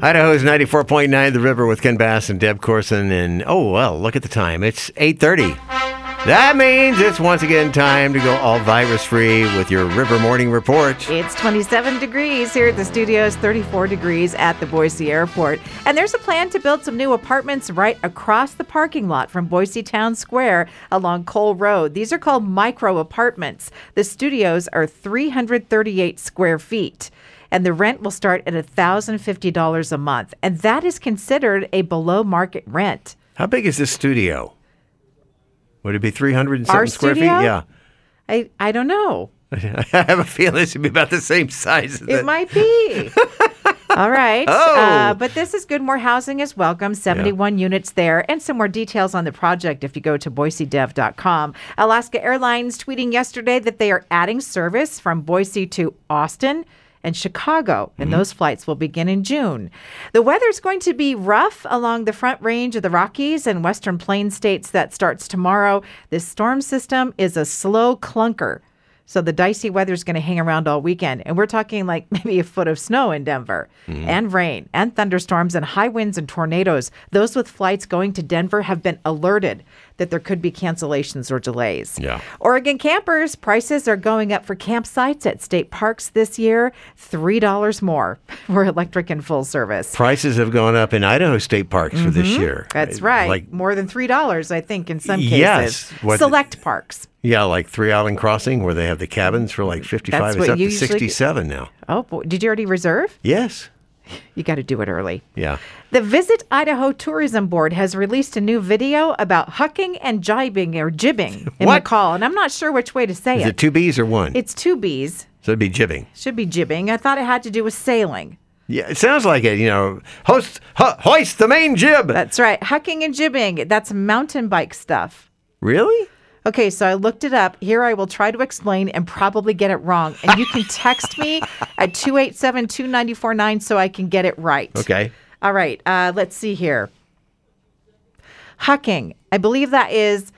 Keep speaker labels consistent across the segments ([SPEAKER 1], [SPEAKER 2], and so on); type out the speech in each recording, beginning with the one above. [SPEAKER 1] Idaho's 94.9 The River with Ken Bass and Deb Corson. And oh, well, look at the time. It's 8.30. That means it's once again time to go all virus-free with your River Morning Report.
[SPEAKER 2] It's 27 degrees here at the studios, 34 degrees at the Boise Airport. And there's a plan to build some new apartments right across the parking lot from Boise Town Square along Cole Road. These are called micro apartments. The studios are 338 square feet. And the rent will start at $1,050 a month. And that is considered a below market rent.
[SPEAKER 1] How big is this studio? Would it be 300 and something
[SPEAKER 2] Our
[SPEAKER 1] square
[SPEAKER 2] studio?
[SPEAKER 1] feet? Yeah.
[SPEAKER 2] I, I don't know.
[SPEAKER 1] I have a feeling it should be about the same size. As
[SPEAKER 2] It
[SPEAKER 1] that.
[SPEAKER 2] might be. All right.
[SPEAKER 1] Oh.
[SPEAKER 2] Uh, but this is Good More Housing is welcome. 71 units there, and some more details on the project if you go to boisedev.com. Alaska Airlines tweeting yesterday that they are adding service from Boise to Austin and Chicago, and
[SPEAKER 1] Mm-hmm.
[SPEAKER 2] those flights will begin in June. The weather's going to be rough along the front range of the Rockies and western plain states that starts tomorrow. This storm system is a slow clunker. So the dicey weather's going to hang around all weekend. And we're talking like maybe a foot of snow in Denver
[SPEAKER 1] Mm-hmm.
[SPEAKER 2] and rain and thunderstorms and high winds and tornadoes. Those with flights going to Denver have been alerted that there could be cancellations or delays.
[SPEAKER 1] Yeah.
[SPEAKER 2] Oregon campers, prices are going up for campsites at state parks this year, $3 more for electric and full service.
[SPEAKER 1] Prices have gone up in Idaho state parks for this year.
[SPEAKER 2] Mm-hmm. That's right.
[SPEAKER 1] Like
[SPEAKER 2] More than $3, I think, in some cases.
[SPEAKER 1] Yes. What-
[SPEAKER 2] Select parks.
[SPEAKER 1] yeah, like Three Island Crossing where they have the cabins for like 55
[SPEAKER 2] That's
[SPEAKER 1] it's
[SPEAKER 2] what
[SPEAKER 1] up
[SPEAKER 2] you
[SPEAKER 1] to
[SPEAKER 2] usually-
[SPEAKER 1] 67 now.
[SPEAKER 2] Oh, boy. Did you already reserve?
[SPEAKER 1] Yes.
[SPEAKER 2] You got to do it early.
[SPEAKER 1] Yeah.
[SPEAKER 2] The Visit Idaho Tourism Board has released a new video about hucking and jibing or jibbing in
[SPEAKER 1] What?
[SPEAKER 2] McCall, and I'm not sure which way to say
[SPEAKER 1] Is
[SPEAKER 2] it.
[SPEAKER 1] it two B's or one?
[SPEAKER 2] it's two B's.
[SPEAKER 1] so it'd be jibbing.
[SPEAKER 2] Should be jibbing. I thought it had to do with sailing.
[SPEAKER 1] Yeah, it sounds like it. You know, host ho- hoist the main jib.
[SPEAKER 2] That's right. Hucking and jibbing. That's mountain bike stuff.
[SPEAKER 1] really?
[SPEAKER 2] Okay, so I looked it up. Here I will try to explain and probably get it wrong. And you can text me at 287 2949 so I can get it right.
[SPEAKER 1] Okay.
[SPEAKER 2] All right, uh, let's see here. Hucking. I believe that is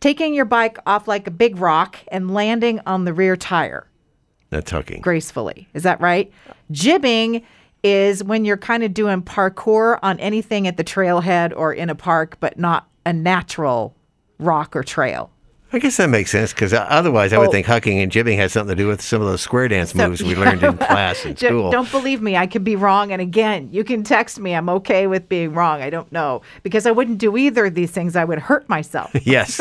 [SPEAKER 2] taking your bike off like a big rock and landing on the rear tire
[SPEAKER 1] That's hucking.
[SPEAKER 2] gracefully. Is that right? Jibbing is when you're kind of doing parkour on anything at the trailhead or in a park, but not a natural rock or trail.
[SPEAKER 1] I guess that makes sense because otherwise I would
[SPEAKER 2] Oh.
[SPEAKER 1] think hucking and jibbing has something to do with some of those square dance moves we learned in class in
[SPEAKER 2] Ju-
[SPEAKER 1] school.
[SPEAKER 2] Don't believe me. I could be wrong. And again, you can text me. I'm okay with being wrong. I don't know because I wouldn't do either of these things. I would hurt myself.
[SPEAKER 1] Yes.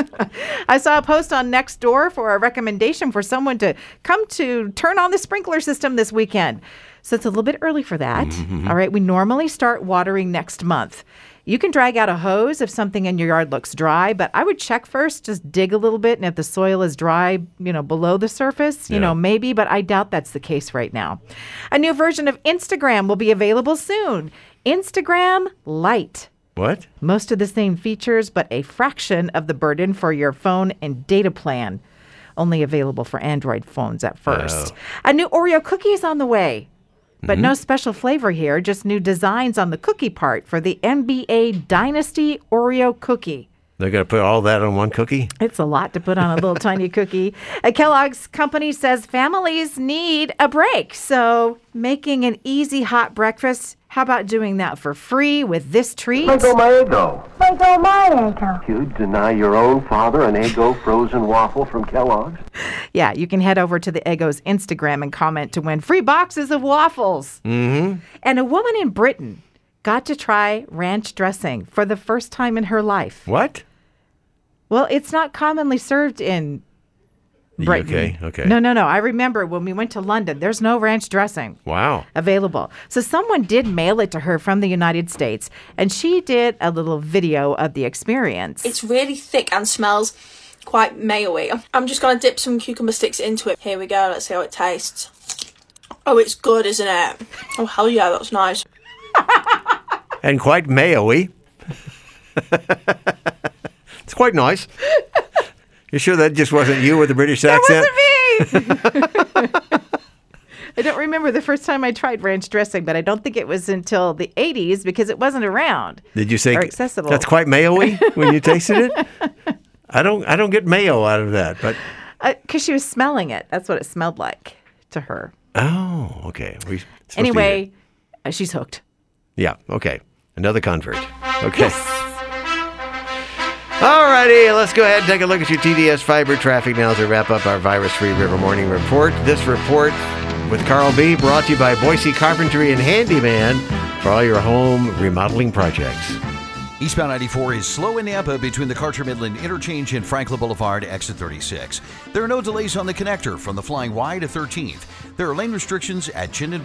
[SPEAKER 2] I saw a post on Nextdoor for a recommendation for someone to come to turn on the sprinkler system this weekend. So it's a little bit early for that. All right, we normally start watering next month. You can drag out a hose if something in your yard looks dry, but I would check first, just dig a little bit. And if the soil is dry, you know, below the surface, you
[SPEAKER 1] Yeah.
[SPEAKER 2] know, maybe, but I doubt that's the case right now. A new version of Instagram will be available soon Instagram Lite.
[SPEAKER 1] what?
[SPEAKER 2] Most of the same features, but a fraction of the burden for your phone and data plan. Only available for Android phones at first. A new Oreo cookie is on the way, but no special flavor here, just new designs on the cookie part for the NBA Dynasty Oreo cookie.
[SPEAKER 1] They're going to put all that on one cookie?
[SPEAKER 2] It's a lot to put on a little tiny cookie. A Kellogg's company says families need a break. So, making an easy hot breakfast, how about doing that for free with this treat?
[SPEAKER 3] Mango Maego.
[SPEAKER 4] Lego Mario.
[SPEAKER 3] You deny your own father an Eggo frozen waffle from Kellogg's?
[SPEAKER 2] Yeah, you can head over to the Eggo's Instagram and comment to win free boxes of waffles. Mm-hmm. And a woman in Britain got to try ranch dressing for the first time in her life.
[SPEAKER 1] What?
[SPEAKER 2] Well, it's not commonly served in
[SPEAKER 1] The
[SPEAKER 2] Britain.
[SPEAKER 1] UK? Okay.
[SPEAKER 2] No, no, no. I remember when we went to London, there's no ranch dressing
[SPEAKER 1] Wow.
[SPEAKER 2] available. So someone did mail it to her from the United States, and she did a little video of the experience.
[SPEAKER 5] It's really thick and smells quite mayo-y. I'm just gonna dip some cucumber sticks into it. Here we go, let's see how it tastes. Oh, it's good, isn't it? Oh, hell yeah, that's nice.
[SPEAKER 1] And quite mayo-y. it's quite nice. You sure that just wasn't you with the British accent?
[SPEAKER 2] wasn't me. I don't remember the first time I tried ranch dressing, but I don't think it was until the 80s because it wasn't around.
[SPEAKER 1] Did you say
[SPEAKER 2] Or accessible.
[SPEAKER 1] That's quite mayo-y when you tasted it? I don't I don't get mayo out of that, but
[SPEAKER 2] Because Uh, she was smelling it. That's what it smelled like to her.
[SPEAKER 1] Oh, okay. We supposed to eat it.
[SPEAKER 2] Anyway, uh, she's hooked.
[SPEAKER 1] Yeah. Okay. Another convert. Okay. All righty, let's go ahead and take a look at your TDS fiber traffic now as we wrap up our virus free river morning report. This report with Carl B brought to you by Boise Carpentry and Handyman for all your home remodeling projects.
[SPEAKER 4] Eastbound 94 is slow in Napa between the Carter Midland Interchange and Franklin Boulevard, exit 36. There are no delays on the connector from the Flying Y to 13th. There are lane restrictions at Chinden.